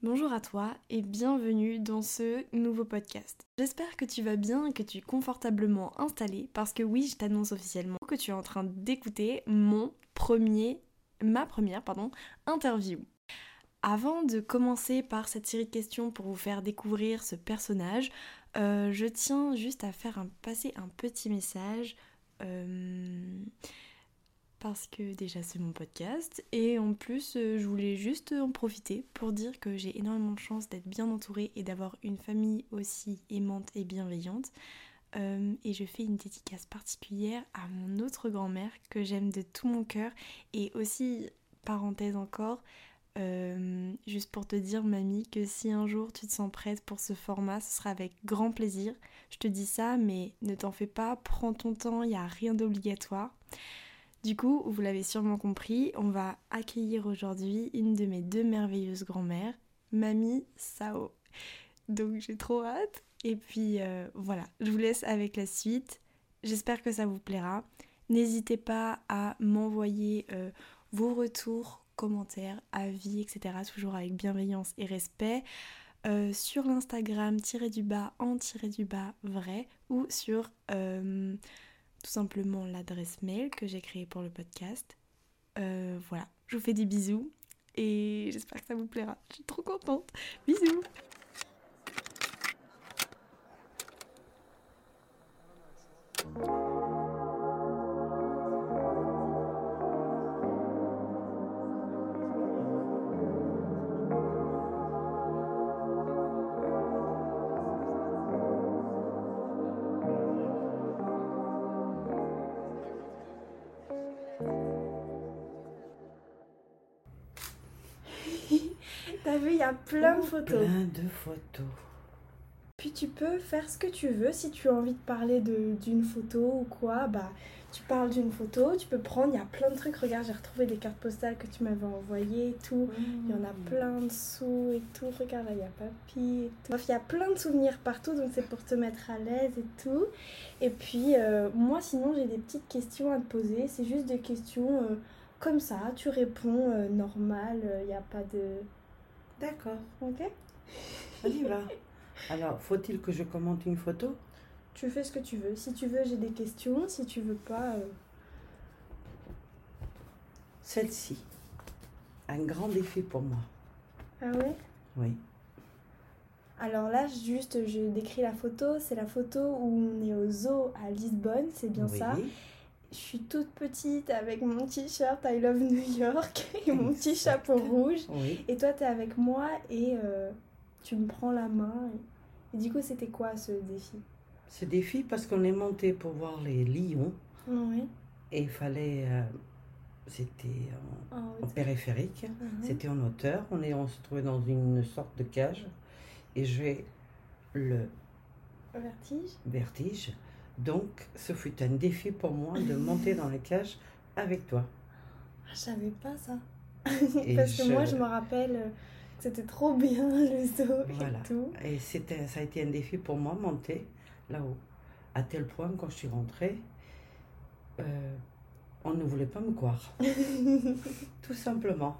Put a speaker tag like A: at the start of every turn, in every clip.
A: Bonjour à toi et bienvenue dans ce nouveau podcast. J'espère que tu vas bien et que tu es confortablement installé parce que oui, je t'annonce officiellement que tu es en train d'écouter mon premier ma première pardon, interview. Avant de commencer par cette série de questions pour vous faire découvrir ce personnage, euh, je tiens juste à faire un, passer un petit message. euh, parce que déjà c'est mon podcast et en plus euh, je voulais juste en profiter pour dire que j'ai énormément de chance d'être bien entourée et d'avoir une famille aussi aimante et bienveillante. Euh, et je fais une dédicace particulière à mon autre grand-mère que j'aime de tout mon cœur et aussi, parenthèse encore, euh, juste pour te dire mamie que si un jour tu te sens prête pour ce format, ce sera avec grand plaisir. Je te dis ça, mais ne t'en fais pas, prends ton temps, il n'y a rien d'obligatoire. Du coup, vous l'avez sûrement compris, on va accueillir aujourd'hui une de mes deux merveilleuses grand-mères, Mamie Sao. Donc j'ai trop hâte. Et puis euh, voilà, je vous laisse avec la suite. J'espère que ça vous plaira. N'hésitez pas à m'envoyer euh, vos retours, commentaires, avis, etc. Toujours avec bienveillance et respect. euh, sur l'Instagram, tiré du bas, en tiré du bas, vrai, ou sur euh, tout simplement l'adresse mail que j'ai créée pour le podcast. Euh, voilà, je vous fais des bisous et j'espère que ça vous plaira. Je suis trop contente. Bisous T'as vu, il y a plein de photos.
B: Plein de photos.
A: Puis tu peux faire ce que tu veux. Si tu as envie de parler de- d'une photo ou quoi, bah tu parles d'une photo, tu peux prendre. Il y a plein de trucs. Regarde, j'ai retrouvé des cartes postales que tu m'avais envoyées et tout. Il y en a plein de sous et tout. Regarde, là, il y a papy et tout. Bref, il y a plein de souvenirs partout, donc c'est pour te mettre à l'aise et tout. Et puis, euh, moi, sinon, j'ai des petites questions à te poser. C'est juste des questions euh, comme ça. Tu réponds euh, normal, euh, il n'y a pas de.
B: Mmh. D'accord,
A: Ok
B: on y va. Alors, faut-il que je commente une photo
A: Tu fais ce que tu veux. Si tu veux, j'ai des questions. Si tu veux pas. euh,
B: Celle-ci. Un grand défi pour moi.
A: Ah ouais
B: Oui.
A: Alors là, juste, je décris la photo. C'est la photo où on est au zoo à Lisbonne, c'est bien
B: Oui.
A: ça. Je suis toute petite avec mon t-shirt I Love New York et mon petit chapeau rouge.
B: Oui.
A: Et toi, t'es avec moi et euh, tu me prends la main. Et, et du coup, c'était quoi ce défi
B: Ce défi, parce qu'on est monté pour voir les lions
A: Oui.
B: et il fallait. euh, C'était
A: Ah
B: en, en
A: oui.
B: périphérique,
A: Mhm.
B: c'était en hauteur. On, est, on se trouvait dans une sorte de cage et j'ai le
A: Vertige
B: vertige. Donc, ce fut un défi pour moi de monter dans la cage avec toi.
A: Ah, Je savais pas ça.
B: Et
A: Parce que
B: je-
A: moi, je me rappelle euh, que c'était trop bien le zoo
B: Voilà.
A: et tout.
B: Et c'était, ça a été un défi pour moi, monter là-haut. À tel point, quand je suis rentrée, euh, on ne voulait pas me croire. Tout simplement.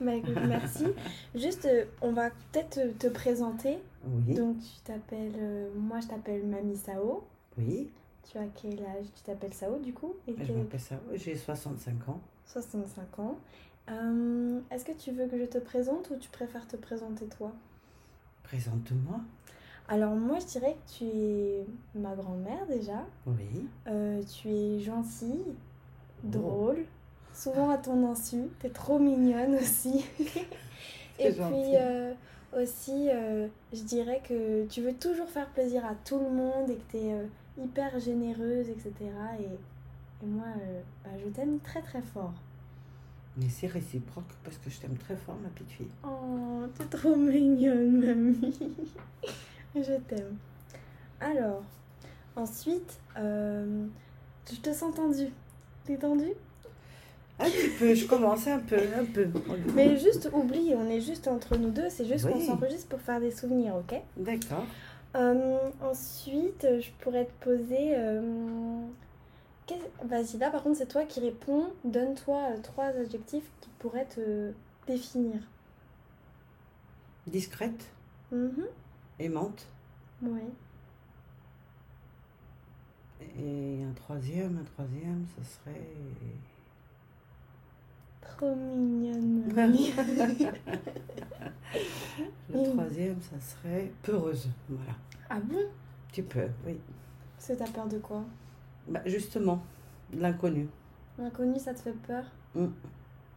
A: Bah écoute, merci. Juste, euh, on va peut-être euh, te présenter.
B: Oui,
A: Donc, tu t'appelles. euh, moi, je t'appelle Mamie Sao.
B: oui.
A: Tu as quel âge Tu t'appelles Sao du coup Et
B: Bah, Je
A: quel-
B: m'appelle ça. J'ai 65 ans.
A: 65 ans. Euh, Est-ce que tu veux que je te présente ou tu préfères te présenter toi
B: Présente-moi.
A: Alors, moi, je dirais que tu es ma grand-mère déjà.
B: Oui.
A: Euh, tu es gentille,
B: Oh.
A: drôle, souvent à ton insu. T'es trop mignonne aussi. Et
B: C'est
A: puis
B: gentil.
A: euh, aussi, euh, je dirais que tu veux toujours faire plaisir à tout le monde et que t'es euh, hyper généreuse, etc. Et, et moi, euh, bah, je t'aime très très fort.
B: Mais c'est réciproque parce que je t'aime très fort, ma petite fille.
A: Oh, t'es trop mignonne, mamie. Je t'aime. Alors, ensuite, euh, je te sens tendue. T'es tendue
B: Un petit peu, je commence un peu, un peu.
A: Mais juste oublie, on est juste entre nous deux, c'est juste qu'on
B: Oui.
A: s'enregistre pour faire des souvenirs, ok
B: D'accord.
A: Euh, Ensuite, je pourrais te poser. euh, qu'est- Vas-y, là par contre, c'est toi qui réponds. Donne-toi euh, trois adjectifs qui pourraient te définir.
B: discrète,
A: Mhm.
B: aimante.
A: Ouais.
B: Et un troisième, un troisième, ce serait.
A: Trop mignonne. mamie.
B: Le
A: Mm.
B: troisième, ça serait peureuse. Voilà.
A: ah bon
B: Tu peux, oui.
A: C'est ta peur de quoi
B: Bah, justement, l'inconnu.
A: L'inconnu, ça te fait peur
B: Mm.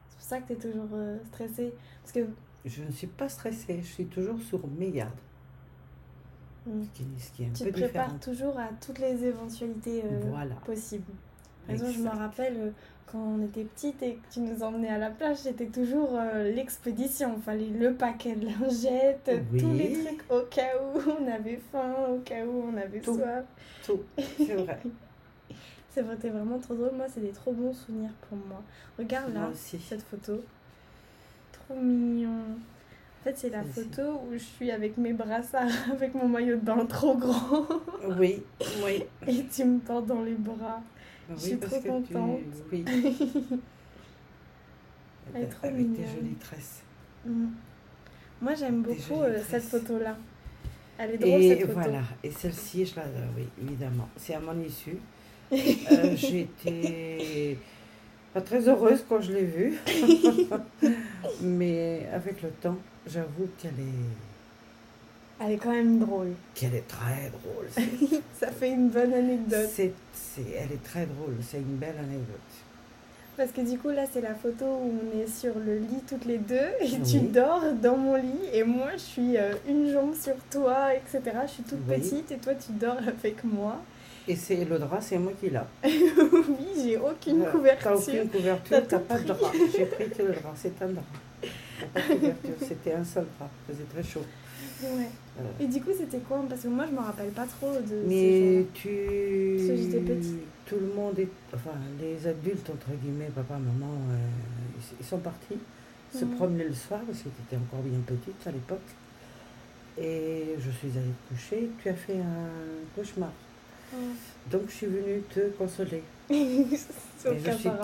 A: C'est pour ça que t'es toujours euh, stressée. Parce que.
B: Je ne suis pas stressée, je suis toujours sur mes gardes.
A: mm,
B: Ce qui, ce qui est un
A: Tu
B: peu
A: te prépares
B: différent.
A: toujours à toutes les éventualités euh,
B: Voilà.
A: possibles. Par exemple, je me
B: Exact.
A: rappelle euh, quand on était petite et que tu nous emmenais à la plage, c'était toujours euh, l'expédition. Fallait le paquet de lingettes, euh, tous
B: Oui.
A: les trucs au cas où on avait faim, au cas où on avait
B: Tout.
A: soif.
B: Tout, c'est vrai.
A: C'est vrai, t'es vraiment trop drôle. Moi, c'est des trop bons souvenirs pour moi. Regarde là,
B: Moi aussi.
A: cette photo. Trop mignon. En fait, c'est la
B: Celle-ci.
A: photo où je suis avec mes brassards, avec mon maillot de bain trop grand,
B: Oui, oui.
A: et tu me portes dans les bras.
B: Bah
A: Je
B: oui,
A: suis
B: parce
A: trop
B: que tu-
A: contente.
B: oui.
A: Elle est trop
B: Avec
A: mignonne.
B: tes jolies tresses.
A: Mm. Moi, j'aime
B: Des
A: beaucoup
B: jolies
A: euh, cette
B: tresses.
A: photo-là. Elle est drôle,
B: Et
A: cette photo.
B: voilà, et celle-ci, je l'adore, oui, évidemment. C'est à mon issue. Euh, J'étais pas très heureuse quand je l'ai vue, mais avec le temps, j'avoue qu'elle est...
A: Elle est quand même drôle.
B: qu'elle est très drôle.
A: Ça fait une bonne anecdote.
B: C'est, c'est- elle est très drôle, c'est une belle anecdote.
A: Parce que du coup, là, c'est la photo où on est sur le lit toutes les deux et tu
B: Oui.
A: dors dans mon lit et moi, je suis euh, une jambe sur toi, etc. Je suis toute
B: Oui.
A: petite et toi, tu dors avec moi.
B: Et c'est le drap, c'est moi qui l'a.
A: oui, j'ai aucune
B: Euh,
A: couverture.
B: T'as aucune
A: T'as
B: couverture,
A: tout
B: t'as pas de
A: pris.
B: drap. J'ai pris que le drap, c'est un drap. T'as pas de couverture, c'était un seul drap, il faisait très chaud.
A: Ouais.
B: Voilà.
A: Et du coup, c'était quoi Parce que moi, je me rappelle pas trop de
B: Mais
A: ces
B: tu.
A: Parce que j'étais petite.
B: Tout le monde est. Enfin, les adultes, entre guillemets, papa, maman, euh, ils- ils sont partis se
A: Mhm.
B: promener le soir, parce que tu étais encore bien petite à l'époque. Et je suis allée te coucher, tu as fait un cauchemar. Donc je suis venue te consoler.
A: jours. Sauf
B: Et je suis
A: qu'apparemment-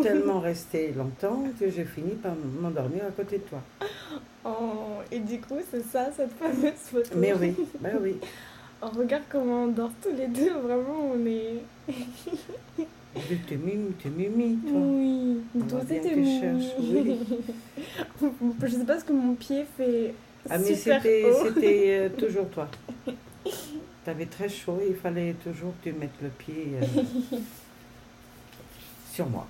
B: tellement restée longtemps que j'ai fini par m'endormir à côté de toi.
A: Oh, et du coup, c'est ça, cette fameuse photo.
B: Mais oui, ben oui.
A: On regarde comment on dort tous les deux, vraiment, on est.
B: Tu t'es mimi, t'es mimi, toi.
A: Oui,
B: On
A: toi
B: voit
A: aussi
B: bien
A: t'es
B: que je cherche,
A: mou. Je sais pas ce que mon pied fait.
B: Ah mais
A: super
B: c'était
A: haut.
B: c'était, euh, toujours toi. T'avais très chaud et il fallait toujours que tu mettes le pied euh, sur moi.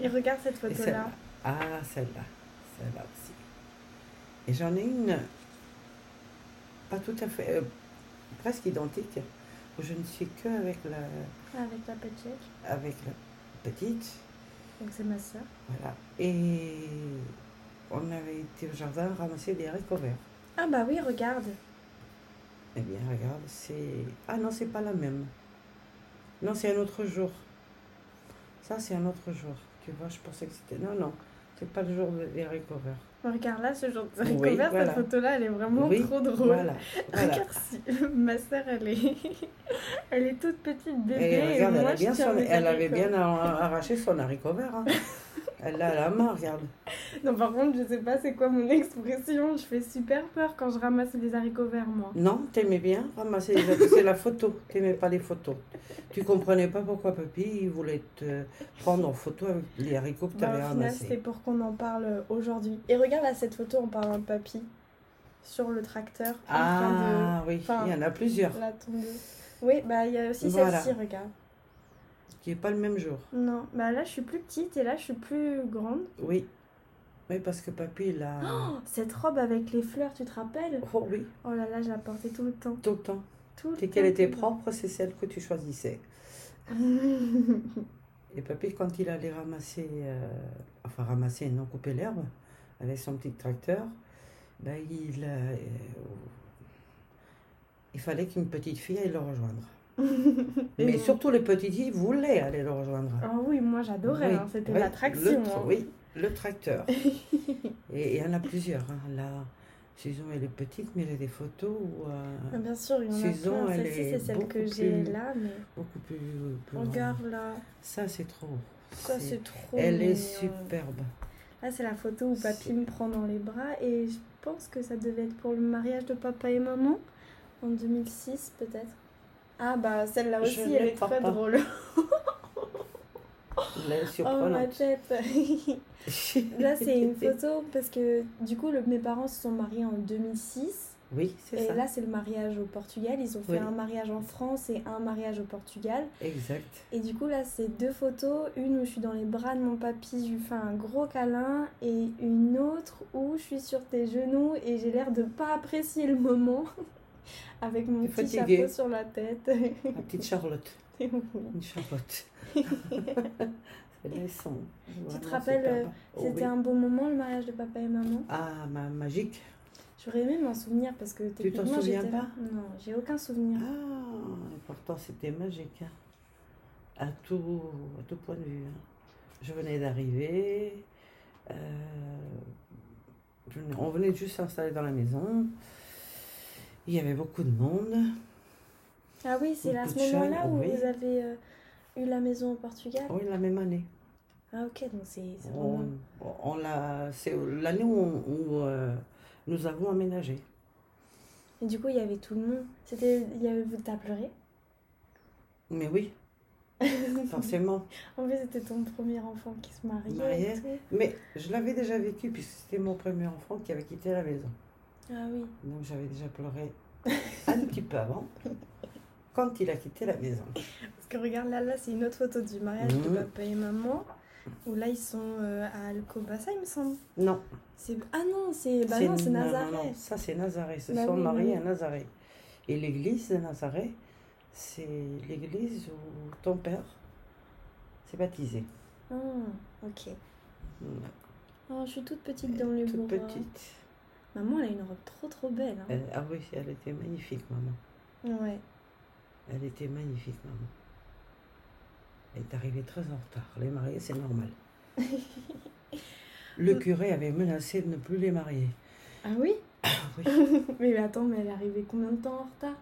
A: Et regarde cette
B: Et
A: photo
B: celle-là.
A: là.
B: Ah celle-là, celle-là aussi. Et j'en ai une pas tout à fait, euh, presque identique, où je ne suis que avec la,
A: Avec la petite.
B: avec la petite.
A: Donc c'est ma soeur.
B: Voilà. Et on avait été au jardin ramasser des haricots verts.
A: Ah bah oui, regarde.
B: Eh bien, regarde, c'est. Ah non, c'est pas la même. Non, c'est un autre jour. Ça, c'est un autre jour. Tu vois, je pensais que c'était. Non, non, c'est pas le jour de- des recovers.
A: Regarde là ce genre de
B: Oui,
A: recouvert,
B: voilà.
A: cette photo là elle est vraiment
B: Oui,
A: trop drôle.
B: Voilà, voilà.
A: Regarde si- ma soeur elle est. elle est toute petite bébé.
B: Et regarde, elle,
A: moi,
B: a bien
A: je tiens
B: son-
A: mes
B: elle avait
A: haricots.
B: bien ar- arraché son haricot vert. hein. Elle l'a à la main, regarde.
A: Non, par contre, je sais pas c'est quoi mon expression. Je fais super peur quand je ramasse des haricots verts, moi.
B: Non, t'aimais bien ramasser les haricots. C'est la photo. T'aimais pas les photos. Tu comprenais pas pourquoi papy il voulait te prendre en photo avec les haricots que
A: Bah,
B: t'avais
A: au final,
B: ramassés.
A: c'est pour qu'on en parle aujourd'hui. Et regarde à cette photo en parlant de papy sur le tracteur en train
B: Ah oui,
A: enfin,
B: il y en a plusieurs.
A: de la tondeuse. Oui, bah il y a aussi
B: Ah. Voilà.
A: celle-ci, regarde.
B: Qui n'est pas le même jour.
A: Non, bah là je suis plus petite et là je suis plus grande.
B: Oui. Oui, parce que papy, il a.
A: Oh, cette robe avec les fleurs, tu te rappelles
B: Oh oui,
A: Oh là là, je la portais tout le temps.
B: tout le temps.
A: Tout le
B: Et
A: temps,
B: qu'elle
A: tout
B: était
A: le temps.
B: propre, c'est celle que tu choisissais. Et papy, quand il allait ramasser, euh, enfin ramasser, non, couper l'herbe avec son petit tracteur, ben, il, euh, il fallait qu'une petite fille aille le rejoindre.
A: Et
B: Mais
A: donc-
B: surtout, les petites filles voulaient aller le rejoindre.
A: Ah oui, moi j'adorais,
B: Oui,
A: hein, c'était
B: oui,
A: l'attraction.
B: le tra-
A: hein.
B: Oui, le tracteur. et il y en a plusieurs. hein. Là, Susan, elle est petite, mais elle a des photos où, euh,
A: Ah, Bien sûr, il y en a
B: Saison,
A: plein.
B: elle
A: Celle-ci,
B: est
A: c'est celle que
B: beaucoup
A: j'ai
B: plus-
A: là, mais
B: beaucoup plus, euh, plus grandes.
A: regarde là.
B: Ça, c'est trop.
A: Ça,
B: C'est-
A: c'est trop
B: Elle est
A: mignon.
B: superbe.
A: Là, c'est la photo où papy
B: C'est-
A: me prend dans les bras et je pense que ça devait être pour le mariage de papa et maman, en 2006 peut-être. Ah bah celle-là
B: Je
A: aussi,
B: ne
A: elle est
B: crois
A: très
B: pas.
A: drôle.
B: Elle
A: Oh
B: est
A: ma
B: surprenante.
A: tête Là c'est une photo parce que du coup le- mes parents se sont mariés en 2006
B: Oui, c'est
A: et
B: ça.
A: là c'est le mariage au Portugal. Ils ont fait
B: Oui.
A: un mariage en France et un mariage au Portugal.
B: Exact.
A: Et du coup, là, c'est deux photos. Une où je suis dans les bras de mon papy, je lui fais un gros câlin. Et une autre où je suis sur tes genoux et j'ai l'air de pas apprécier le moment. Avec mon
B: T'es
A: petit
B: fatiguée. Oh
A: chapeau sur la tête.
B: La petite Charlotte.
A: Et oui.
B: Une Charlotte. C'est laissant. Vraiment, c'est
A: rappelles,
B: pas
A: euh,
B: mal. Oh
A: C'était
B: oui.
A: un bon moment, le mariage de papa et maman.
B: Ah, ma magique.
A: J'aurais aimé m'en souvenir parce que
B: t'en
A: techniquement,
B: souviens
A: j'étais-
B: pas
A: Non, j'ai aucun souvenir.
B: Ah, et pourtant c'était magique. hein. À, tout, à tout point de vue. hein. Je venais d'arriver. euh, je- on venait juste s'installer dans la maison. Il y avait beaucoup de monde.
A: Ah oui, c'est à ce
B: Beaucoup de jeunes,
A: moment-là où
B: oui. Oh.
A: vous avez euh, eu la maison au Portugal.
B: Oui, la même année.
A: Ah ok, donc c'est... c'est
B: On,
A: vraiment-
B: on l'a- c'est l'année où, on- où, euh, nous avons aménagé.
A: Et du coup, il y avait tout le monde. C'était... Il y avait... T'as pleuré
B: Mais oui, forcément.
A: En fait, c'était ton premier enfant qui se mariait.
B: Mariait.
A: et tout.
B: Mais je l'avais déjà vécu puisque c'était mon premier enfant qui avait quitté la maison.
A: Ah oui.
B: Donc j'avais déjà pleuré un petit peu avant, quand il a quitté la maison.
A: Parce que regarde là, là, c'est une autre photo du mariage de
B: Mhm.
A: papa et maman. Où là, ils sont euh, à Alcobaça, il me semble.
B: Non,
A: C'est... Ah non, c'est... Bah non, c'est
B: Eh ben non,
A: Nazareth.
B: non, non, ça c'est Nazareth, se
A: Bah
B: sont
A: oui, bah
B: mariés
A: oui.
B: à Nazareth. Et l'église de Nazareth, c'est l'église où ton père s'est baptisé.
A: Ah, ok. Oh, je suis toute petite dans le
B: Toute
A: bourreau.
B: petite.
A: Maman, elle a une robe trop trop belle. hein.
B: Elle- ah oui, elle était magnifique, maman.
A: Ouais.
B: Elle était magnifique, maman. Elle est arrivée très en retard. Les mariés, c'est normal. Le curé avait menacé de ne plus les marier.
A: Ah oui
B: Ah oui.
A: Mais attends, mais elle est arrivée combien de temps en retard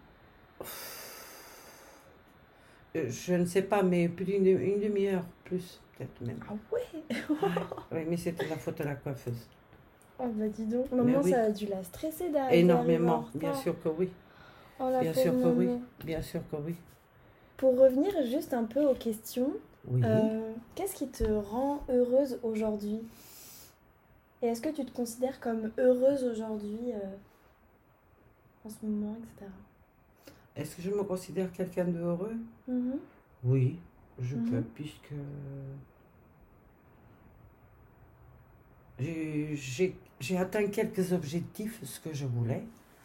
B: Euh, Je ne sais pas, mais plus d'une une demi-heure, plus peut-être même.
A: Ah ouais
B: Oui, mais c'était la faute à la coiffeuse.
A: Ah bah dis donc. Maman,
B: oui.
A: ça a dû la stresser d'arriver
B: Énormément,
A: arrivée Ah, en
B: bien
A: retard.
B: sûr que oui.
A: Oh, la
B: Bien sûr
A: pauvre
B: que oui.
A: maman.
B: Bien sûr que oui.
A: Pour revenir juste un peu aux questions,
B: Oui.
A: euh, qu'est-ce qui te rend heureuse aujourd'hui Et est-ce que tu te considères comme heureuse aujourd'hui euh, en ce moment, etc.
B: Est-ce que je me considère quelqu'un de heureux
A: Mhm.
B: Oui, je
A: Mhm.
B: peux, puisque j'ai- j'ai j'ai atteint quelques objectifs, ce que je voulais,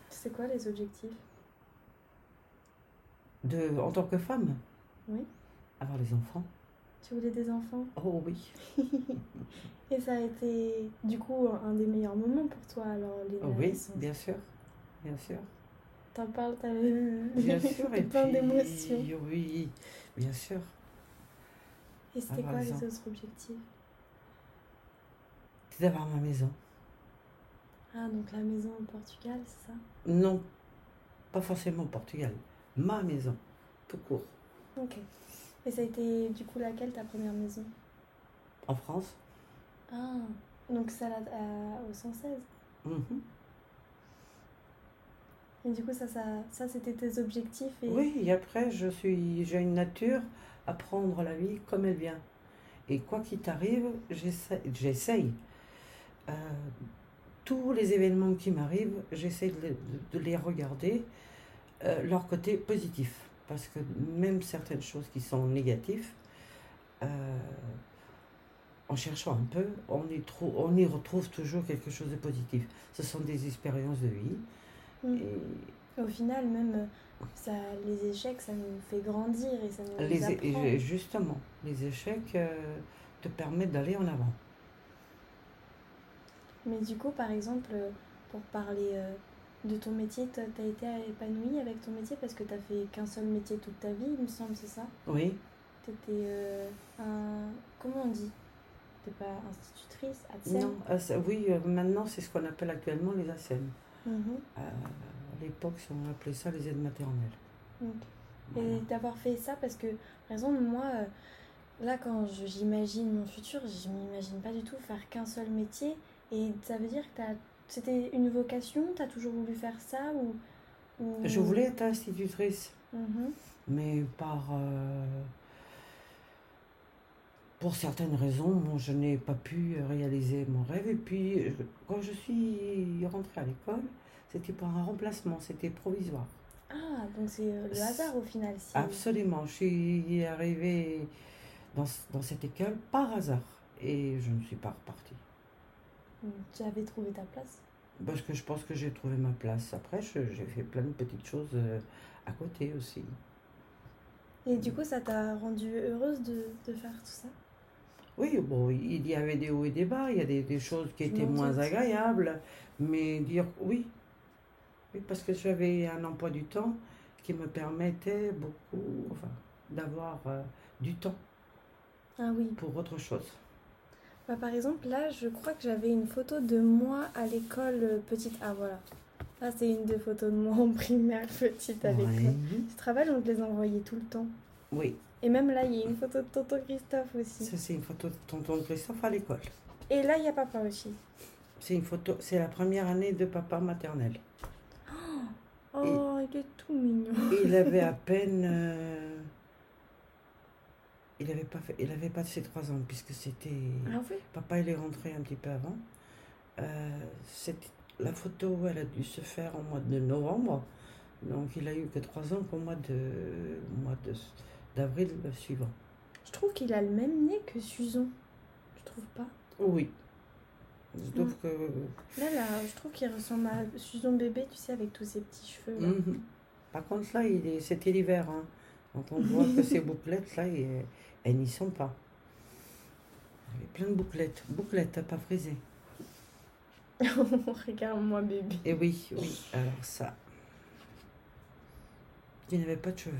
A: C'est quoi les objectifs
B: de, en tant que femme.
A: Oui.
B: Avoir les enfants.
A: Tu voulais des enfants
B: Oh oui.
A: Et ça a été du coup un un des meilleurs moments pour toi alors les
B: Oh oui,
A: naissances.
B: bien sûr. Bien sûr.
A: T'en parles, t'avais
B: Bien sûr. et
A: plein
B: puis,
A: d'émotions.
B: Oui, bien sûr. ah,
A: Et c'était
B: avoir
A: quoi
B: les
A: les
B: enfants.
A: autres objectifs
B: C'est d'avoir ma maison.
A: Ah donc la maison au Portugal, c'est ça
B: Non, pas forcément au Portugal. Ma maison, tout court.
A: Ok. Et ça a été du coup laquelle ta première maison
B: En France.
A: Ah, donc ça l'a à- au 116.
B: Mhm.
A: Et du coup, ça, ça, ça c'était tes objectifs. Et...
B: Oui, et après, je suis, j'ai une nature à prendre la vie comme elle vient. Et quoi qu'il t'arrive, j'essaie- j'essaye. Euh, tous les événements qui m'arrivent, j'essaie de, les- de les regarder euh, leur côté positif. Parce que même certaines choses qui sont négatives, euh, en cherchant un peu, on y, trou- on y retrouve toujours quelque chose de positif. Ce sont des expériences de vie.
A: Mm.
B: Et
A: Au final, même euh, ça, les échecs, ça nous fait grandir et ça nous
B: Les, é-
A: apprend.
B: et justement, les échecs euh, te permettent d'aller en avant.
A: Mais du coup, par exemple, euh, pour parler euh, de ton métier, toi, t'as été épanouie avec ton métier parce que t'as fait qu'un seul métier toute ta vie, il me semble, c'est ça
B: Oui,
A: T'étais euh, un... Comment on dit T'es pas institutrice, ATSEM
B: non, ah, ça- oui euh, maintenant c'est ce qu'on appelle actuellement les ASEM.
A: Mhm.
B: Euh, à l'époque, on appelait ça les aides maternelles.
A: Ok.
B: Voilà.
A: Et d'avoir fait ça parce que, par exemple, moi, euh, là, quand je- j'imagine mon futur, je m'imagine pas du tout faire qu'un seul métier. Et ça veut dire que tu as C'était une vocation T'as toujours voulu faire ça ou, ou-
B: Je voulais être institutrice,
A: Mhm.
B: mais par. euh, pour certaines raisons, moi, je n'ai pas pu réaliser mon rêve. Et puis, je- quand je suis rentrée à l'école, c'était pour un remplacement, c'était provisoire.
A: Ah, donc c'est euh, le
B: C'est-
A: hasard au final. si-
B: Absolument. Je suis arrivée dans, ce- dans cette école par hasard et je ne suis pas repartie.
A: Tu avais trouvé ta place.
B: Parce que je pense que j'ai trouvé ma place. Après, je- j'ai fait plein de petites choses euh, à côté aussi.
A: Et
B: Mm.
A: du coup, ça t'a rendue heureuse de, de faire tout ça
B: Oui, bon, il y avait des hauts et des bas, il y a des, des choses qui
A: Je
B: étaient
A: m'en
B: moins
A: doute.
B: agréables, mais dire oui. Oui, parce que j'avais un emploi du temps qui me permettait beaucoup, enfin, d'avoir euh, du temps
A: Ah oui.
B: pour autre chose.
A: Bah, par exemple, là, je crois que j'avais une photo de moi à l'école euh, petite. Ah voilà. Ah, c'est une des photos de moi en primaire petite à l'école.
B: Ouais.
A: Tu te rappelles, on te les envoyait tout le temps.
B: Oui,
A: Et même là, il y a une photo de tonton Christophe aussi.
B: ça c'est une photo de tonton Christophe à l'école.
A: Et là, il y a papa aussi.
B: C'est une photo, c'est la première année de papa maternel.
A: Oh, il est tout mignon.
B: Il avait à peine. euh, il n'avait pas fait, il avait pas ses trois ans puisque c'était.
A: Ah oui
B: Papa, il est rentré un petit peu avant. Euh, c'était- la photo, elle a dû se faire au mois de novembre. Donc, il a eu que trois ans qu'au mois de au mois de- d'avril suivant.
A: Je trouve qu'il a le même nez que Suzon. Je trouve pas.
B: Oui. Donc, euh,
A: Là, là, je trouve qu'il ressemble à Suzon bébé, tu sais, avec tous ses petits cheveux. là.
B: mhm. par contre, là, il est- c'était l'hiver. hein. Quand on voit que ces bouclettes, là, et- elles n'y sont pas. Il y avait plein de bouclettes. Bouclettes, à pas frisées.
A: Regarde-moi bébé.
B: Et Eh oui, oui, alors ça. Il n'avait pas de cheveux.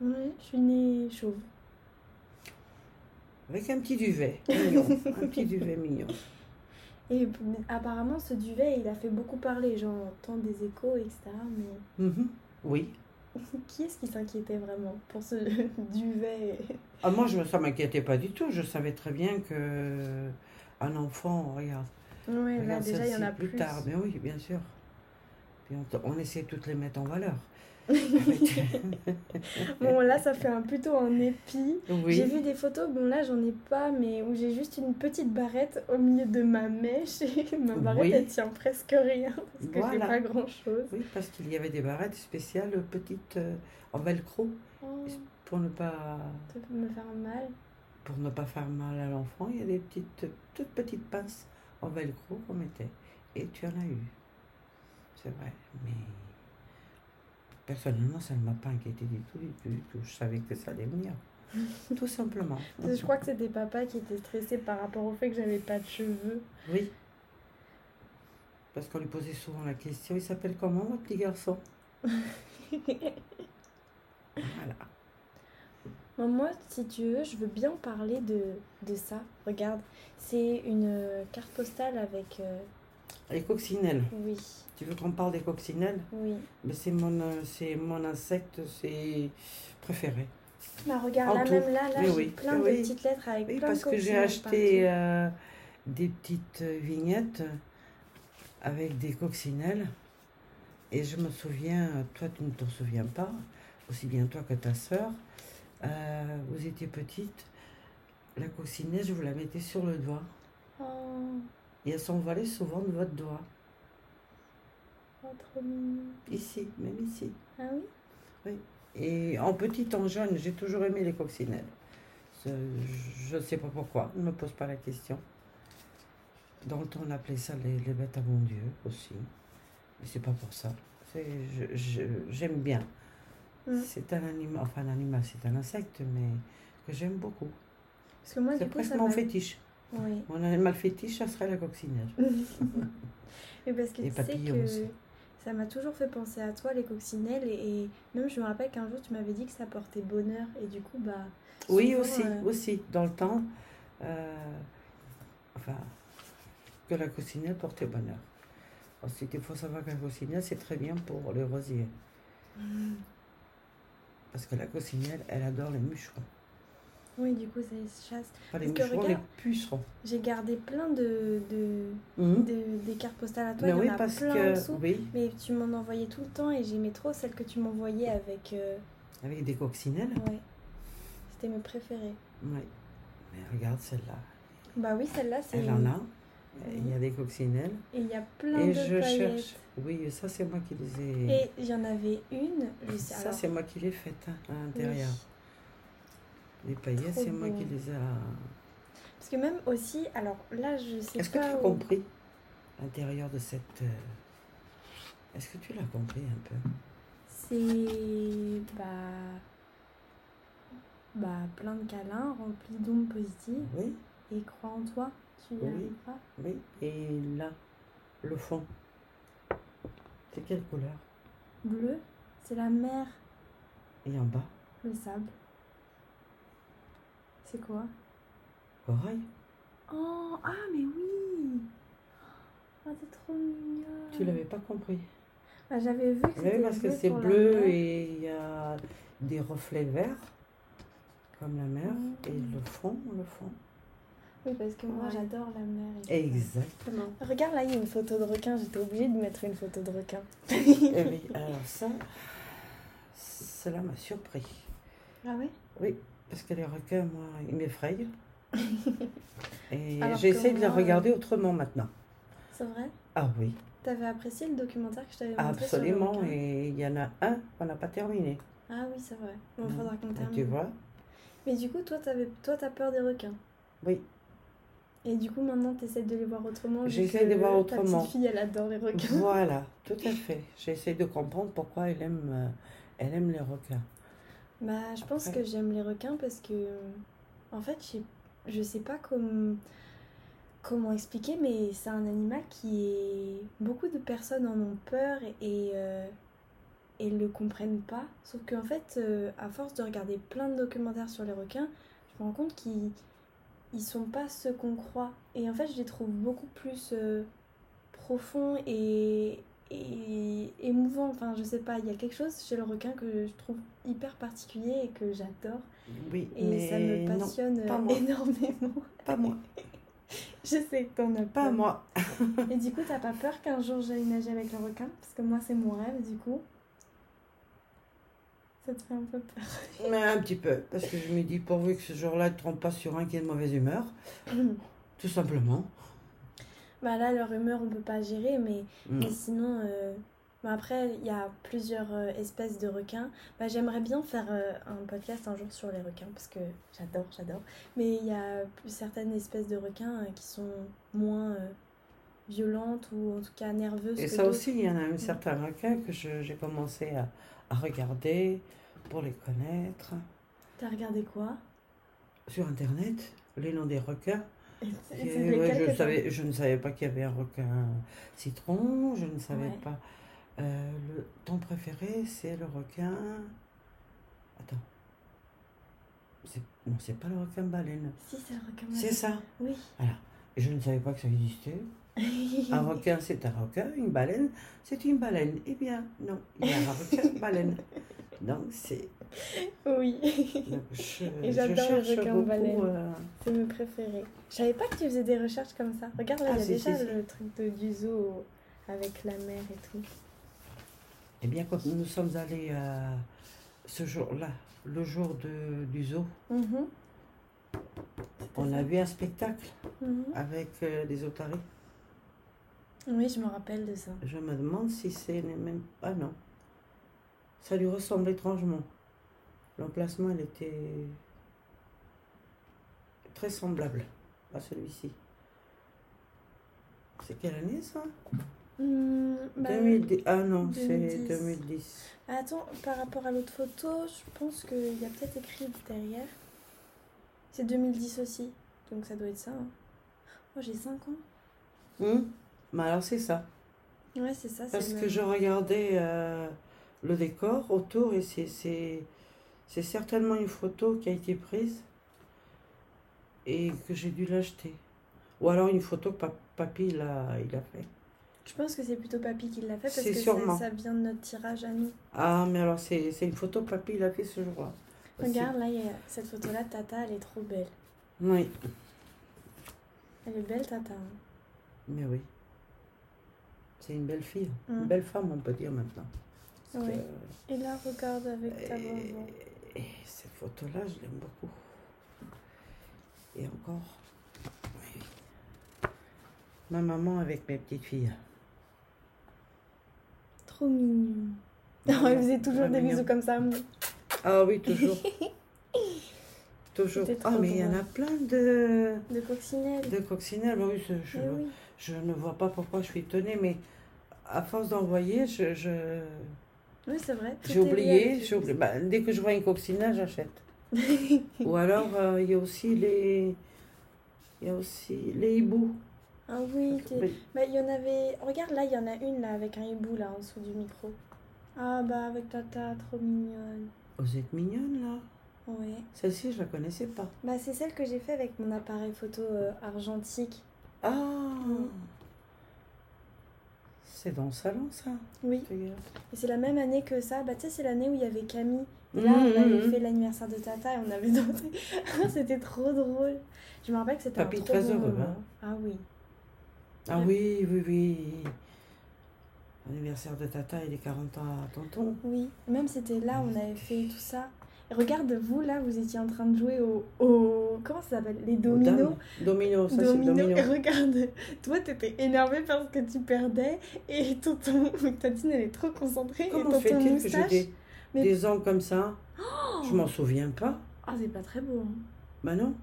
A: Oui, je suis née chauve.
B: Avec un petit duvet, mignon. un petit duvet mignon.
A: Et p- mais apparemment, ce duvet, il a fait beaucoup parler. J'entends des échos, etc. Mais
B: Mhm. Oui.
A: qui est-ce qui s'inquiétait vraiment pour ce duvet
B: Ah, moi, je me- ça m'inquiétait pas du tout. Je savais très bien que un enfant, regarde,
A: Ouais, là,
B: regarde
A: déjà, il y en
B: celle-ci
A: a plus.
B: tard. Mais oui, bien sûr. Puis on, t- on essayait de toutes les mettre en valeur. Avec-
A: Bon, là, ça fait un, plutôt un épi. J'ai
B: oui.
A: vu des photos, bon là j'en ai pas, mais où j'ai juste une petite barrette au milieu de ma mèche et ma barrette
B: Oui.
A: elle tient presque rien parce que j'ai
B: Voilà.
A: pas grand chose.
B: Oui, parce qu'il y avait des barrettes spéciales, petites, euh, en velcro, pour ne pas
A: ça Oh, peut me faire mal.
B: pour ne pas faire mal à l'enfant. Il y a des petites, toutes petites pinces en velcro qu'on mettait. Et tu en as eu. C'est vrai. Mais personnellement, ça ne m'a pas inquiété du tout, du tout, du tout. Je savais que ça allait venir. tout simplement.
A: Je crois que c'était papa qui était stressé par rapport au fait que j'avais pas de cheveux.
B: Oui. Parce qu'on lui posait souvent la question, il s'appelle comment votre petit garçon Voilà.
A: Bon, moi, si tu veux, je veux bien parler de, de ça. Regarde, c'est une euh, carte postale avec. euh,
B: Les coccinelles.
A: Oui,
B: Tu veux qu'on parle des coccinelles
A: oui.
B: Mais c'est mon, euh, c'est mon insecte, c'est préféré.
A: Bah regarde,
B: En
A: là
B: tout.
A: même là, là
B: Oui,
A: j'ai
B: oui,
A: plein de
B: oui.
A: petites lettres avec
B: Oui,
A: plein
B: parce
A: de
B: que j'ai
A: coccinelles
B: acheté
A: partout.
B: euh, des petites euh, vignettes avec des coccinelles. Et je me souviens, toi tu ne t'en souviens pas, aussi bien toi que ta sœur, euh, vous étiez petite, la coccinelle, je vous la mettais sur le doigt. euh,
A: Oh,
B: Et elle s'envolait souvent de votre doigt.
A: oh, trop mignon.
B: Ici, même ici.
A: Ah oui?
B: Et en petit, en jeune, j'ai toujours aimé les coccinelles. Ce- Je ne sais pas pourquoi, ne me pose pas la question. Dans le temps, on appelait ça les, les bêtes à bon Dieu aussi. Mais c'est pas pour ça. C'est- je- je- J'aime bien.
A: Mm.
B: C'est un animal, enfin un animal, c'est un insecte, mais que j'aime beaucoup.
A: Parce que moi,
B: c'est
A: Ah, du coup,
B: presque
A: ça
B: mon
A: m'a...
B: fétiche.
A: Oui.
B: Mon animal fétiche, ça serait la coccinelle.
A: Mais parce que
B: Les
A: tu sais
B: papillons
A: que
B: aussi.
A: ça m'a toujours fait penser à toi, les coccinelles. Et, et même, je me rappelle qu'un jour, tu m'avais dit que ça portait bonheur. Et du coup, bah...
B: Oui,
A: souvent,
B: aussi,
A: euh,
B: aussi, dans le temps, euh, enfin, que la coccinelle portait bonheur. Ensuite, il faut savoir que la coccinelle, c'est très bien pour les rosiers.
A: Mm.
B: Parce que la coccinelle, elle adore les moucherons.
A: Oui, du coup, ça se chasse.
B: Pas les
A: Parce que
B: moucherons, les
A: regarde.
B: pucerons.
A: J'ai gardé plein de, de,
B: Hum.
A: de- des cartes postales à toi.
B: Ben
A: Il y
B: oui,
A: en a
B: parce
A: plein en
B: que.
A: dessous.
B: Oui,
A: Mais tu m'en envoyais tout le temps et j'aimais trop celles que tu m'envoyais avec. euh,
B: avec des coccinelles.
A: Ouais. C'était mes préférées.
B: Oui. Mais regarde celle-là.
A: Bah oui, celle-là, c'est.
B: Elle en a.
A: Oui.
B: Il y a des coccinelles.
A: Et il y a plein
B: Et
A: de
B: je
A: paillettes.
B: cherche. Oui, ça, c'est moi qui les ai.
A: Et il y en avait une, je sais
B: Ah, Ça,
A: alors,
B: c'est moi qui l'ai faite hein, à
A: oui.
B: l'intérieur. Les paillettes,
A: Trop
B: c'est moi
A: beau.
B: qui les ai. à-
A: Parce que même aussi, alors là, je sais
B: Est-ce que tu
A: pas.
B: as
A: où-
B: compris l'intérieur de cette. euh, Est-ce que tu l'as compris un peu
A: C'est. Bah. Bah, plein de câlins remplis d'ondes positives
B: Oui,
A: et crois en toi. Tu y
B: Oui.
A: arriveras.
B: oui. Et là, le fond. C'est quelle couleur
A: Bleu, c'est la mer,
B: Et en bas,
A: le sable. C'est quoi
B: corail.
A: Oh, ah, mais oui Ah, c'est trop mignon
B: Tu l'avais pas compris.
A: Ah, J'avais vu que
B: Oui,
A: c'était
B: parce que
A: bleu
B: c'est
A: pour la
B: bleu
A: mer.
B: et il y a des reflets verts, comme la mer,
A: Ah.
B: et le fond, le fond.
A: Oui, parce que moi,
B: Ouais.
A: j'adore la mer. et tout ça.
B: Exactement.
A: Regarde, là, il y a une photo de requin. J'étais obligée de mettre une photo de requin.
B: Eh oui, alors ça, cela m'a surpris.
A: ah ouais
B: Oui, parce que les requins, moi, ils m'effrayent. Et
A: Alors
B: j'essaie
A: que
B: de les
A: moi, euh,
B: regarder autrement maintenant.
A: C'est vrai
B: Ah oui,
A: T'avais apprécié le documentaire que je t'avais montré sur le
B: absolument.
A: requin
B: Et il y en a un qu'on n'a pas terminé.
A: Ah oui, c'est vrai. Bon,
B: Mhm.
A: faudra qu'on
B: Ah,
A: termine.
B: tu vois
A: Mais du coup, toi, t'avais- toi, t'as peur des requins.
B: Oui.
A: Et du coup, maintenant, t'essaies de les voir autrement. vu
B: J'essaie
A: que
B: de les voir
A: Ta
B: autrement.
A: petite fille, elle adore les requins.
B: Voilà, tout à fait. J'essaie de comprendre pourquoi elle aime, euh, elle aime les requins.
A: Bah, je pense
B: Après.
A: que j'aime les requins parce que, en fait, je sais- je sais pas comment, comment expliquer, mais c'est un animal qui est... Beaucoup de personnes en ont peur et, euh, et le comprennent pas. Sauf qu'en fait, euh, à force de regarder plein de documentaires sur les requins, je me rends compte qu'ils ils sont pas ceux qu'on croit. Et en fait, je les trouve beaucoup plus euh, profonds et, et émouvants. Enfin, je sais pas, il y a quelque chose chez le requin que je trouve hyper particulier et que j'adore.
B: Oui,
A: Et
B: mais
A: ça me
B: non,
A: passionne
B: pas
A: euh,
B: moi.
A: énormément.
B: pas moi,
A: Je sais que t'en as
B: pas
A: plein.
B: moi.
A: Et du coup, t'as pas peur qu'un jour j'aille nager avec le requin Parce que moi, c'est mon rêve, du coup. Ça te fait un peu peur.
B: Mais un petit peu, parce que je me dis pourvu que ce jour-là ne trompe pas sur un qui est de mauvaise humeur, tout simplement.
A: bah là, leur humeur, on peut pas gérer, mais
B: Mm.
A: Mais sinon, euh, bah après, il y a plusieurs euh, espèces de requins. Bah, J'aimerais bien faire euh, un podcast un jour sur les requins, parce que j'adore, j'adore. Mais il y a plus- certaines espèces de requins euh, qui sont moins euh, violentes ou en tout cas nerveuses.
B: Et
A: que
B: ça
A: d'autres.
B: aussi, il y en a un certain requin que je- j'ai commencé à, à regarder pour les connaître.
A: T'as regardé quoi
B: Sur Internet, les noms des requins.
A: Et
B: Et
A: c'est- c'est
B: ouais,
A: lesquels que
B: je,
A: t'as-
B: savais, je ne savais pas qu'il y avait un requin citron, je ne savais
A: Ouais.
B: pas. Euh, le, ton préféré, c'est le requin. Attends. C'est- Non, c'est pas le requin baleine.
A: Si, c'est le requin.
B: C'est ça.
A: Oui.
B: Je ne savais pas que ça existait.
A: Mm.
B: Un requin, c'est un requin. Une baleine, c'est une baleine. Eh bien, non, il y a un requin baleine. Donc, c'est.
A: oui.
B: donc, Je,
A: Et
B: je
A: j'adore les
B: cherche
A: requins
B: beaucoup,
A: baleines.
B: euh,
A: C'est mes préférés. Je savais pas que tu faisais des recherches comme ça. Regarde là,
B: Ah,
A: il y a
B: si,
A: déjà
B: si, si.
A: le truc de, du zoo avec la mer et tout.
B: Eh bien, quand nous sommes allés euh, ce jour-là, le jour de- du zoo,
A: Mhm.
B: on a vu un spectacle
A: Mhm.
B: avec euh, des otaries.
A: Oui, je me rappelle de ça.
B: Je me demande si c'est les mêmes. Ah non. Ça lui ressemble étrangement. L'emplacement, il était très semblable à celui-ci. C'est quelle année ça
A: Hmm, bah,
B: 2010. Ah non, c'est
A: 2010.
B: 2010.
A: Attends, par rapport à l'autre photo, je pense qu'il y a peut-être écrit derrière. C'est 2010 aussi, donc ça doit être ça. hein. Oh, j'ai 5 ans.
B: Hum Mais alors, c'est ça.
A: Ouais, c'est ça. c'est
B: Parce
A: le
B: que
A: même.
B: je regardais euh, le décor autour et c'est- c'est c'est certainement une photo qui a été prise et que j'ai dû l'acheter. Ou alors une photo que pa- papy il a, il a fait.
A: Je pense que c'est plutôt papy qui l'a fait parce
B: C'est
A: que ça,
B: sûrement.
A: ça vient de notre tirage à nous.
B: Ah, mais alors c'est c'est une photo que papy il a fait ce jour-là.
A: Regarde, là, il y a cette photo-là, Tata, elle est trop belle.
B: Oui,
A: Elle est belle, Tata. hein.
B: mais oui. C'est une belle fille,
A: Mm.
B: une belle femme, on peut dire maintenant. Parce
A: Oui.
B: que,
A: Et là, regarde avec ta maman.
B: et- et cette photo-là, je l'aime beaucoup. Et encore, oui. ma maman avec mes petites filles.
A: Trop mignon. Non, elle faisait toujours
B: Très
A: des
B: mignon.
A: bisous comme ça.
B: Ah oui, toujours. toujours.
A: C'était
B: Ah,
A: trop
B: mais il y en a
A: drôle.
B: plein de,
A: De coccinelle.
B: de coccinelles. Bah Oui, je, je-
A: Eh oui.
B: je ne vois pas pourquoi je suis étonnée, mais à force d'envoyer, je, je-
A: Oui, c'est vrai. tout
B: j'ai
A: est lié
B: oublié.
A: avec
B: j'ai
A: les
B: oublié. Bah, dès que je vois une coccinelle, j'achète.
A: bisous.
B: Ou alors, euh, il y a aussi les. Il y a aussi les hiboux.
A: ah oui, t'es-
B: Mais-
A: Bah, il y en avait. Regarde, là, il y en a une là avec un hibou là en dessous du micro. Ah bah avec Tata, trop mignonne.
B: Oh, Vous êtes mignonne là.
A: Ouais.
B: Celle-ci, je la connaissais pas.
A: Bah c'est celle que j'ai fait avec mon appareil photo euh, argentique.
B: Ah C'est dans le salon ça.
A: Oui.
B: regarde.
A: Et c'est la même année que ça. Bah tu sais, c'est l'année où il y avait Camille.
B: Mm,
A: Et là,
B: Mm-hmm.
A: on avait fait l'anniversaire de Tata et on avait dansé. c'était trop drôle. Je me rappelle que c'était un
B: Papy
A: trop
B: très
A: bon
B: heureux,
A: moment.
B: hein.
A: Ah oui.
B: Ah oui, oui, oui. L'anniversaire de Tata, il est 40 ans à Tonton.
A: Oui. Même c'était là, on avait fait tout ça. Et regarde, vous là, vous étiez en train de jouer au. au... Comment ça s'appelle Les
B: Aux
A: dominos.
B: dames. Domino, ça c'est
A: Domino,
B: domino.
A: et regarde, toi t'étais énervé parce que tu perdais et tonton Tatine elle est trop concentrée
B: Comment
A: et tonton
B: fait-il que j'ai
A: moustache.
B: des,
A: Mais- Oh
B: des ongles comme ça Je m'en souviens pas.
A: Ah c'est pas très beau. hein.
B: Bah non.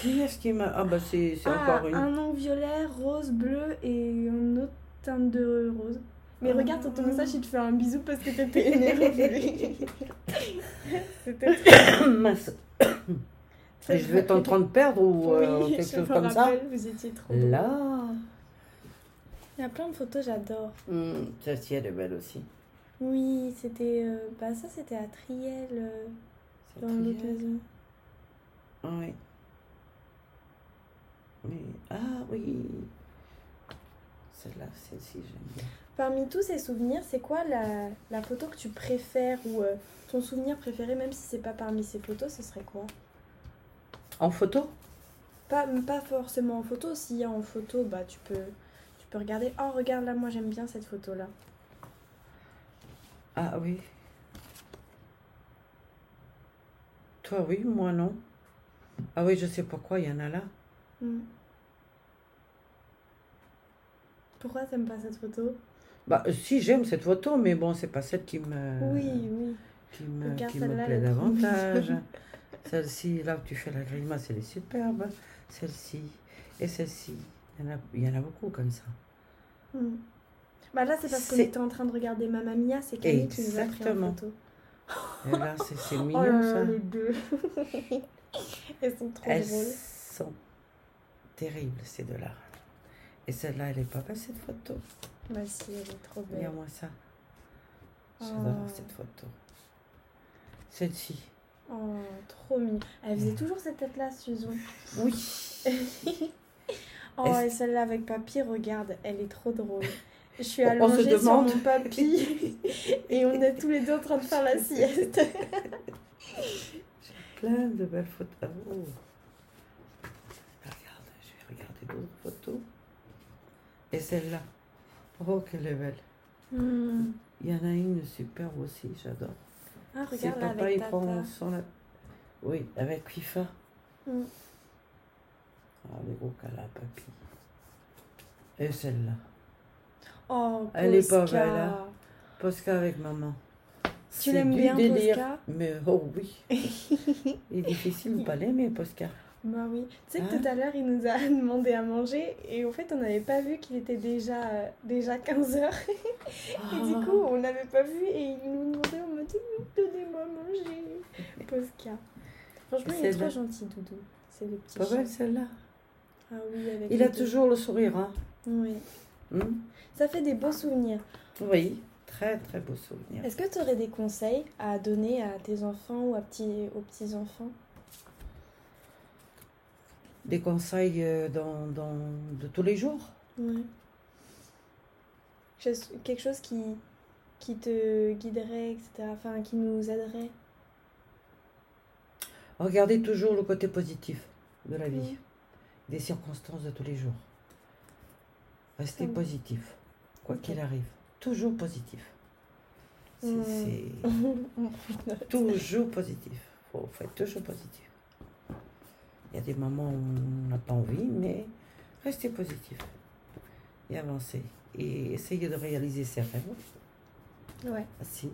B: qui est-ce qui m'a. Ah bah c'est c'est
A: Ah,
B: encore une.
A: un nom violet, rose, bleu et une autre teinte de rose. Mais
B: Ah.
A: regarde tonton moustache il te fait un bisou parce que t'étais énervé. C'était très-
B: Mince. Et je vais être en train de perdre ou euh,
A: Oui,
B: quelque
A: je
B: chose
A: me
B: comme ça.
A: rappelle, Vous étiez trop. drôle.
B: Là.
A: Il y a plein de photos j'adore.
B: Hum, Celle-ci, elle est belle aussi.
A: Oui c'était, euh, bah ça c'était à Triel euh,
B: C'est
A: dans
B: très bien.
A: l'occasion.
B: Ah Oui. Mais, ah oui. Celle-là, celle-ci, j'aime bien.
A: Parmi tous ces souvenirs, c'est quoi la, la photo que tu préfères ou euh, ton souvenir préféré, même si c'est pas parmi ces photos, ce serait quoi
B: En photo
A: pas, pas forcément en photo, s'il y a en photo, bah tu peux, tu peux regarder. Oh, regarde là, moi j'aime bien cette photo là.
B: Ah oui. Toi, oui, moi, non. Ah oui, je sais pourquoi, il y en a là.
A: Hmm. Pourquoi t'aimes pas cette photo
B: Bah, euh, si, j'aime cette photo, mais bon, c'est pas celle qui me,
A: Oui, oui.
B: qui me,
A: Regarde
B: qui me
A: celle-là,
B: plaît
A: elle est trop
B: davantage.
A: mignonne.
B: Celle-ci, là où tu fais la grimace, elle est superbe. Celle-ci et celle-ci. Il y en a- il y en a beaucoup comme ça.
A: Hmm. Bah là, c'est parce qu'on
B: C'est-
A: était en train de regarder Mamma Mia, c'est Camille qui nous a pris en
B: Exactement.
A: photo.
B: Et là, c'est- c'est
A: oh là
B: mignon,
A: là,
B: ça.
A: les deux. Elles sont trop
B: Elles
A: drôles.
B: sont terribles, ces deux-là. Et celle-là, elle est pas belle, cette photo.
A: Bah si, elle est trop belle.
B: Regarde-moi ça. J'adore
A: Oh.
B: cette photo. Celle-ci.
A: Oh, trop mignon. Elle faisait toujours cette tête-là, Susan.
B: Oui.
A: Oh,
B: Est-ce-
A: et celle-là avec papy, regarde, elle est trop drôle. Je suis
B: On- on se
A: allongée sur
B: demande.
A: mon papy et on est tous les deux en train de faire la sieste.
B: Plein de belles photos. Ah, oh. Regarde, je vais regarder d'autres photos. Et celle-là. Oh, qu'elle est belle.
A: Hmm.
B: Il y en a une superbe aussi, j'adore.
A: Ah,
B: C'est
A: regarde là
B: papa,
A: avec
B: il
A: tata.
B: prend son lap- Oui, avec FIFA.
A: Mm.
B: Ah, les gros câlins, papy. Et celle-là.
A: Oh,
B: Elle est pas
A: Posca.
B: belle, hein. Posca avec maman. C'est
A: l'aimes
B: du
A: bien,
B: délire.
A: Posca
B: Mais oh oui. Il est difficile de pas l'aimer, Posca.
A: Bah oui. Tu sais que
B: Hein
A: tout à l'heure, il nous a demandé à manger et en fait, on n'avait pas vu qu'il était déjà, euh, déjà 15h. Et du
B: Ah,
A: coup, on l'avait pas vu et il nous demandait en mode donnez-moi à manger. Posca. Franchement, il est
B: C'est
A: trop
B: le-
A: gentil, Doudou. C'est le petit
B: Pas
A: chat.
B: belle celle-là.
A: Ah oui, avec
B: Il
A: les
B: a
A: deux.
B: toujours le sourire, hein.
A: Oui.
B: Hmm
A: Ça fait des beaux souvenirs.
B: Oui, très très beau souvenir.
A: Est-ce que tu aurais des conseils à donner à tes enfants ou à petits, aux petits-enfants
B: Des conseils euh, dans, dans, de tous les jours.
A: Oui. Quelque chose qui, qui te guiderait, etc. Enfin, qui nous aiderait.
B: Regardez toujours le côté positif de la vie,
A: Oui.
B: des circonstances de tous les jours. Restez
A: Ça me-
B: positif, quoi
A: Ah Ok.
B: qu'il arrive. Toujours positif. C'est-
A: Mm.
B: C'est
A: On prend une note.
B: toujours positif. Faut faire toujours positif. Il y a des moments où on n'a pas envie, mais restez positif et avancez. Et essayez de réaliser ses rêves.
A: Ouais.
B: Si.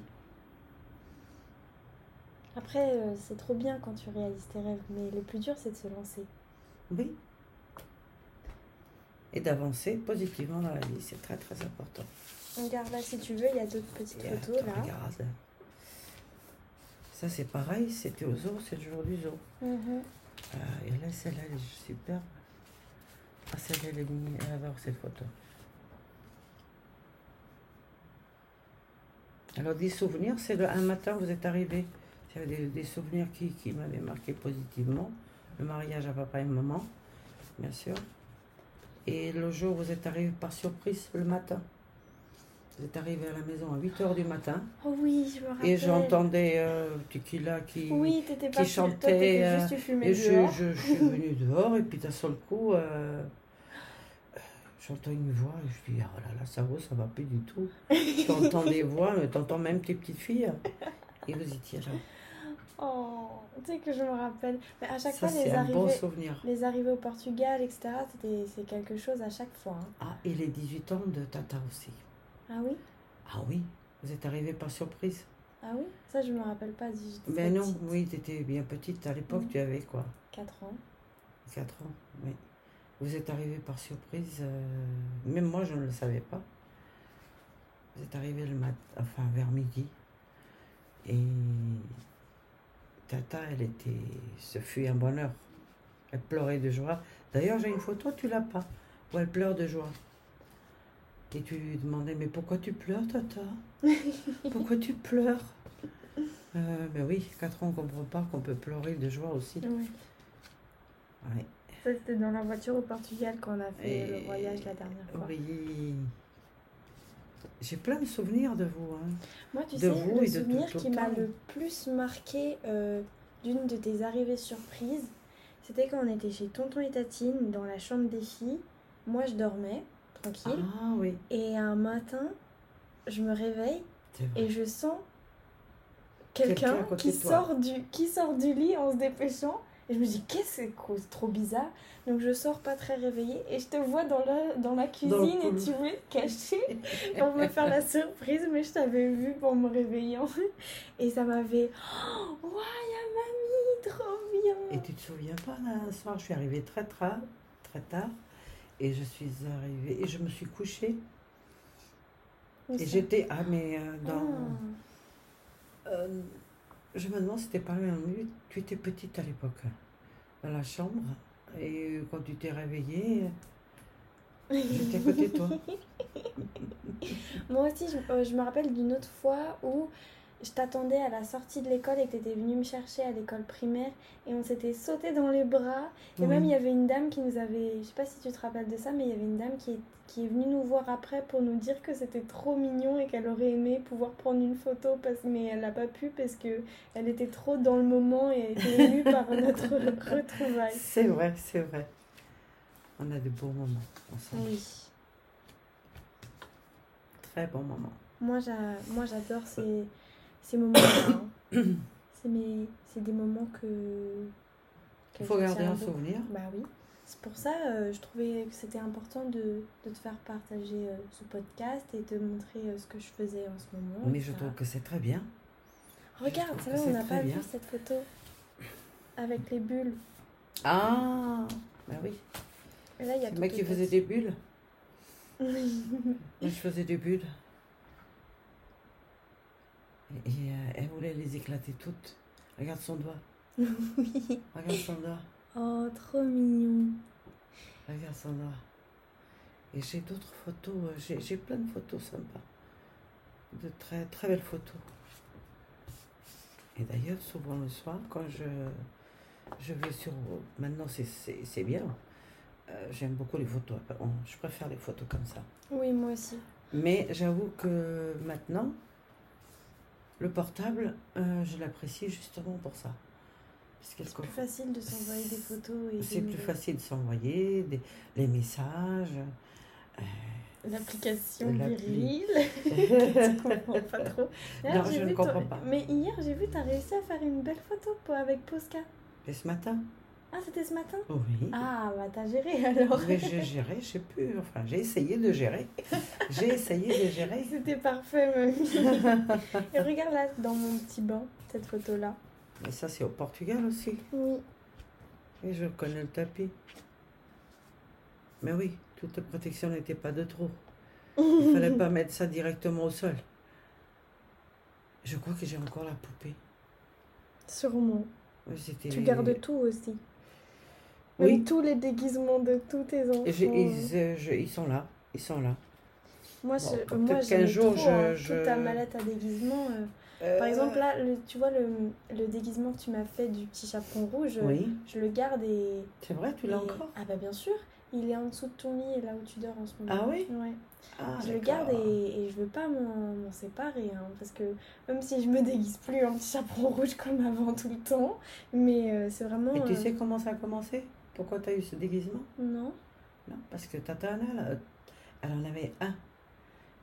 A: Après, euh, c'est trop bien quand tu réalises tes rêves, mais le plus dur, c'est de se lancer.
B: Oui. Et d'avancer positivement dans la vie, c'est très très important.
A: Regarde là, si tu veux, il y a d'autres petites
B: Et
A: photos
B: attends,
A: là.
B: Regarde. Ça c'est pareil, c'était au zoo, c'est le jour du zoo.
A: Mhm.
B: Ah, et là, celle-là, elle est superbe. Ah, celle-là, elle est mignonne. Elle adore cette photo. Alors, des souvenirs, c'est le- un matin, vous êtes arrivé. J'avais des, des souvenirs qui, qui m'avaient marqué positivement. Le mariage à papa et maman, bien sûr. Et le jour, où vous êtes arrivé par surprise le matin. Vous êtes arrivé à la maison à 8 h du matin.
A: Oh oui, je me rappelle.
B: Et j'entendais euh, Tequila qui.
A: Oui, t'étais pas toi,
B: chantait,
A: t'étais
B: euh,
A: juste, tu fumais
B: Et je,
A: dehors.
B: je- je suis venue dehors et puis d'un seul coup, euh, euh, j'entends une voix et je dis, ah là là, ça va, ça va plus du tout. T'entends des voix, mais t'entends même tes petites filles. Et vous étiez là.
A: Oh, tu sais que je me rappelle. Mais à chaque
B: Ça,
A: fois, les
B: c'est un
A: arrivées,
B: bon souvenir.
A: les arrivées au Portugal, etc., c'était, c'est quelque chose à chaque fois. hein.
B: Ah, et les 18 ans de Tata aussi.
A: Ah oui
B: Ah oui, vous êtes arrivés par surprise.
A: Ah oui Ça, je me rappelle pas. j'étais
B: Mais Ben non,
A: petite.
B: oui, t'étais bien petite à l'époque,
A: Mhm.
B: tu avais quoi
A: 4 ans.
B: 4 ans, oui. Vous êtes arrivé par surprise, euh, même moi je ne le savais pas. Vous êtes arrivé le matin, enfin vers midi, et Tata, elle était, ce fut un bonheur. Elle pleurait de joie. D'ailleurs, j'ai une photo, tu l'as pas, où elle pleure de joie. Et tu lui demandais, mais pourquoi tu pleures, Tata Pourquoi tu pleures Euh, Ben oui, 4 ans, on comprend pas qu'on peut pleurer de joie aussi. Ah,
A: Ouais.
B: Ouais.
A: Ça, c'était dans la voiture au Portugal qu'on a fait le
B: Et-
A: voyage la dernière fois.
B: Oui. J'ai plein de souvenirs de vous. hein.
A: Moi, tu
B: De
A: sais,
B: vous
A: le
B: et de tout
A: souvenir
B: le
A: qui m'a
B: temps.
A: le plus marqué euh, d'une de tes arrivées surprises, c'était quand on était chez Tonton et Tatine dans la chambre des filles. Moi, je dormais tranquille.
B: Ah oui,
A: Et un matin, je me réveille
B: c'est vrai.
A: et je sens
B: Quelqu'un à
A: quelqu'un
B: côté
A: qui
B: de toi.
A: sort du qui sort du lit en se dépêchant. Et je me dis qu'est-ce que c'est que- c'est trop bizarre. Donc je sors pas très réveillée et je te vois dans la dans la
B: Dans le
A: cuisine et
B: couloir.
A: tu voulais te cacher pour me faire la surprise, mais je t'avais vu pour me réveillant et ça m'avait oh, waouh, y'a mamie, trop
B: Et
A: bien.
B: tu te souviens pas d'un soir, je suis arrivée très tard, très tard, et je suis arrivée et je me suis couchée
A: Mais
B: et
A: ça-
B: j'étais ah mais euh,
A: Ah.
B: dans euh, je me demande si c'était pas la même nuit. Tu étais petite à l'époque hein, dans la chambre et quand tu t'es réveillée,
A: Ah.
B: j'étais à côté de toi.
A: Moi aussi, je, euh, je me rappelle d'une autre fois où je t'attendais à la sortie de l'école et que tu étais venue me chercher à l'école primaire et on s'était sauté dans les bras. Et même, il y avait une dame qui nous avait. Je sais pas si tu te rappelles de ça, mais il y avait une dame qui est, qui est venue nous voir après pour nous dire que c'était trop mignon et qu'elle aurait aimé pouvoir prendre une photo, parce, mais elle n'a pas pu parce que elle était trop dans le moment et était émue par notre retrouvaille.
B: C'est vrai, c'est vrai. On a de beaux moments ensemble,
A: Oui.
B: très bons moments.
A: Moi, j'a- moi, j'adore ces, ces moments-là. hein. c'est, mes- c'est des moments que. que
B: Il faut
A: je
B: garder
A: tiens
B: un
A: beaucoup.
B: souvenir.
A: Bah oui. C'est pour ça, euh, je trouvais que c'était important de, de te faire partager euh, ce podcast et te montrer euh, ce que je faisais en ce moment.
B: Mais je
A: etc.
B: trouve que c'est très bien. je
A: Regarde,
B: trouve
A: ça
B: que
A: va, on
B: c'est
A: n'a
B: très
A: pas
B: bien.
A: vu cette photo avec les bulles.
B: Ah Bah oui.
A: Et là, il y a
B: C'est moi qui
A: Toto
B: faisais
A: Tati.
B: des bulles. Moi, je faisais des bulles. Et et, euh, elle voulait les éclater toutes. Regarde son doigt.
A: oui.
B: Regarde son doigt.
A: Oh, trop mignon.
B: Regarde son doigt. Et j'ai d'autres photos. euh, J'ai j'ai plein de photos sympas. De très, très belles photos. Et d'ailleurs, souvent le soir, quand je, je vais sur. Maintenant, c'est- c'est c'est bien. Euh, J'aime beaucoup les photos. On- Je préfère les photos comme ça.
A: Oui, moi aussi.
B: Mais j'avoue que maintenant, Le portable, euh, je l'apprécie justement pour ça. Parce qu'elle
A: C'est plus
B: conf-
A: facile de s'envoyer des photos et
B: C'est
A: des
B: plus
A: nouvelles.
B: facile de s'envoyer des, les messages.
A: L'application
B: L'appli.
A: virile. Je comprends pas trop. D'ailleurs,
B: Non,
A: j'ai
B: je
A: vu
B: ne
A: ton-
B: comprends pas.
A: Mais hier, j'ai vu, t'as réussi à faire une belle photo pour- avec Posca.
B: Et ce matin
A: Ah, c'était ce matin
B: Oui.
A: Ah, bah t'as géré alors.
B: Mais j'ai géré, je sais plus. Enfin, j'ai essayé de gérer. J'ai essayé de gérer.
A: C'était parfait, même. et regarde là, dans mon petit banc, cette photo-là.
B: Mais ça, c'est au Portugal aussi.
A: Oui.
B: Et je connais le tapis. Mais oui, toute protection n'était pas de trop. Il fallait pas mettre ça directement au sol. Je crois que j'ai encore la poupée.
A: Sûrement.
B: Ouais, c'était-
A: Tu gardes tout aussi. Même
B: Oui.
A: tous les déguisements de tous tes enfants.
B: Et j'ai- ils, euh, je- ils sont là. Ils sont là.
A: Moi,
B: Bon,
A: je-
B: pour
A: moi
B: peut-être
A: j'aimais
B: qu'un jour,
A: trop,
B: je-
A: hein,
B: je-
A: toute ta mallette à déguisement. euh. Par exemple, là, le- tu vois le, le déguisement que tu m'as fait du petit chaperon rouge,
B: Oui,
A: je le garde et.
B: c'est vrai, tu l'as
A: et-
B: encore.
A: Ah, bah bien sûr, il est en dessous de ton lit, là où tu dors en ce moment.
B: Ah oui
A: Ouais.
B: Ah,
A: je le
B: d'accord.
A: garde et, et je veux pas m'en m'en séparer, hein, parce que même si je me déguise plus en petit chaperon rouge comme avant tout le temps, mais euh, c'est vraiment.
B: Et tu
A: euh,
B: sais comment ça a commencé Pourquoi tu as eu ce déguisement
A: Non.
B: Non, parce que Tata Anna, elle, euh, elle en avait un.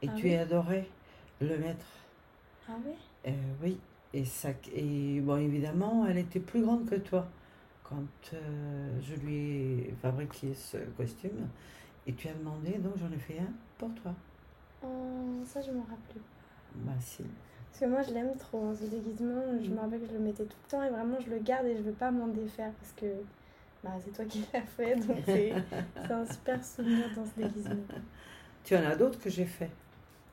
B: Et
A: Ah
B: tu
A: oui
B: adorais le mettre.
A: Ah ouais
B: Euh, oui, et, ça, et bon, évidemment, elle était plus grande que toi quand euh, je lui ai fabriqué ce costume. Et tu as demandé, donc j'en ai fait un pour toi.
A: Oh, Ça, je m'en rappelais
B: Bah si.
A: Parce que moi, je l'aime trop, hein, ce déguisement.
B: Mm.
A: Je me rappelle que je le mettais tout le temps et vraiment, je le garde et je veux pas m'en défaire parce que bah, c'est toi qui l'as fait. Donc, c'est c'est un super souvenir dans ce déguisement.
B: Tu en as d'autres que j'ai fait.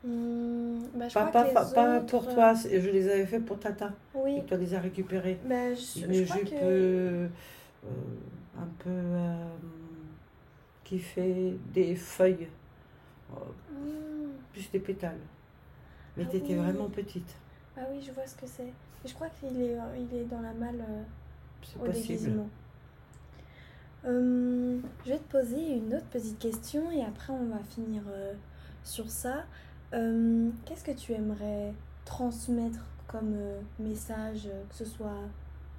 A: Hum, bah, je
B: Pas,
A: crois
B: pas,
A: que
B: pas,
A: les
B: pas
A: autres,
B: pour
A: euh,
B: toi, c'est- je les avais fait pour Tata.
A: Oui.
B: Et toi les as récupérés.
A: Bah, je,
B: Une
A: je crois
B: jupe
A: que.
B: euh, euh, un peu euh, qui fait des feuilles, euh,
A: Hum,
B: plus des pétales. Mais
A: Ah
B: tu étais
A: oui.
B: vraiment petite.
A: Ah oui, je vois ce que c'est. Et Je crois qu'il est, il est dans la malle euh,
B: C'est
A: au
B: possible.
A: déguisement. Hum, je vais te poser une autre petite question et après on va finir euh, sur ça. Hum, Qu'est-ce que tu aimerais transmettre comme euh, message, euh, que ce soit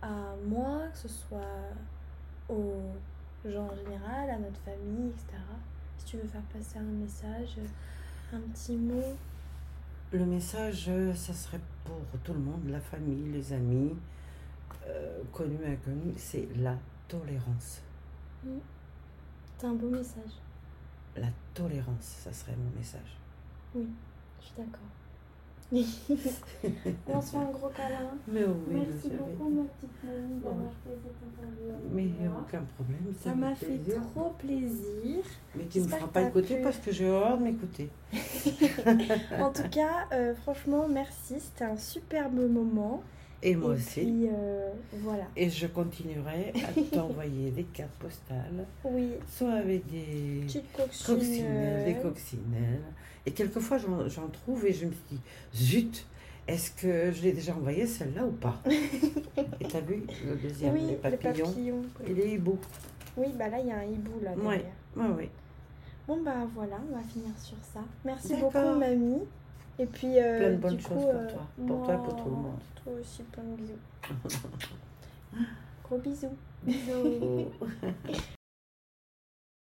A: à moi, que ce soit aux gens en général, à notre famille, etc. Si tu veux faire passer un message, un petit mot.
B: Le message, euh, ça serait pour tout le monde, la famille, les amis, euh, connus, inconnus, c'est la tolérance.
A: C'est un beau message,
B: La tolérance, ça serait mon message.
A: je suis d'accord. on se fait un gros câlin.
B: Mais oui,
C: Merci
B: vous savez.
C: beaucoup, ma petite mamie, d'avoir fait cette interview.
B: Mais
C: avec moi.
B: aucun problème.
D: Ça
B: me
D: m'a
B: fait
D: fait
B: plaisir.
D: trop plaisir.
B: Mais tu ne me
A: J'espère
B: feras
A: que
B: pas
A: t'as
B: écouter
A: pu-
B: parce que j'ai horreur de m'écouter.
A: En tout cas, euh, franchement, merci. C'était un superbe moment.
B: Et moi
A: Et
B: aussi.
A: puis, euh, voilà.
B: Et je continuerai à t'envoyer des cartes postales,
A: Oui,
B: soit avec des
A: petite coccinelle.
B: coccinelles, des coccinelles. Et quelquefois, j'en j'en trouve et je me dis, zut, est-ce que je l'ai déjà envoyé celle-là ou pas Et t'as vu le deuxième,
A: Oui,
B: les papillons
A: papillons.
B: et les hiboux.
A: Oui, bah là, il y a un hibou là derrière.
B: Ouais. Oui, Ah oui.
A: Bon, bah voilà, on va finir sur ça. Merci
B: D'accord.
A: beaucoup, mamie. Et puis, euh,
B: Plein de bonnes
A: du coup,
B: choses pour
A: euh,
B: toi. Pour toi et pour
A: moi,
B: tout le monde.
A: Toi aussi, plein de bisous. Gros bisous.
B: Oh. Bisous.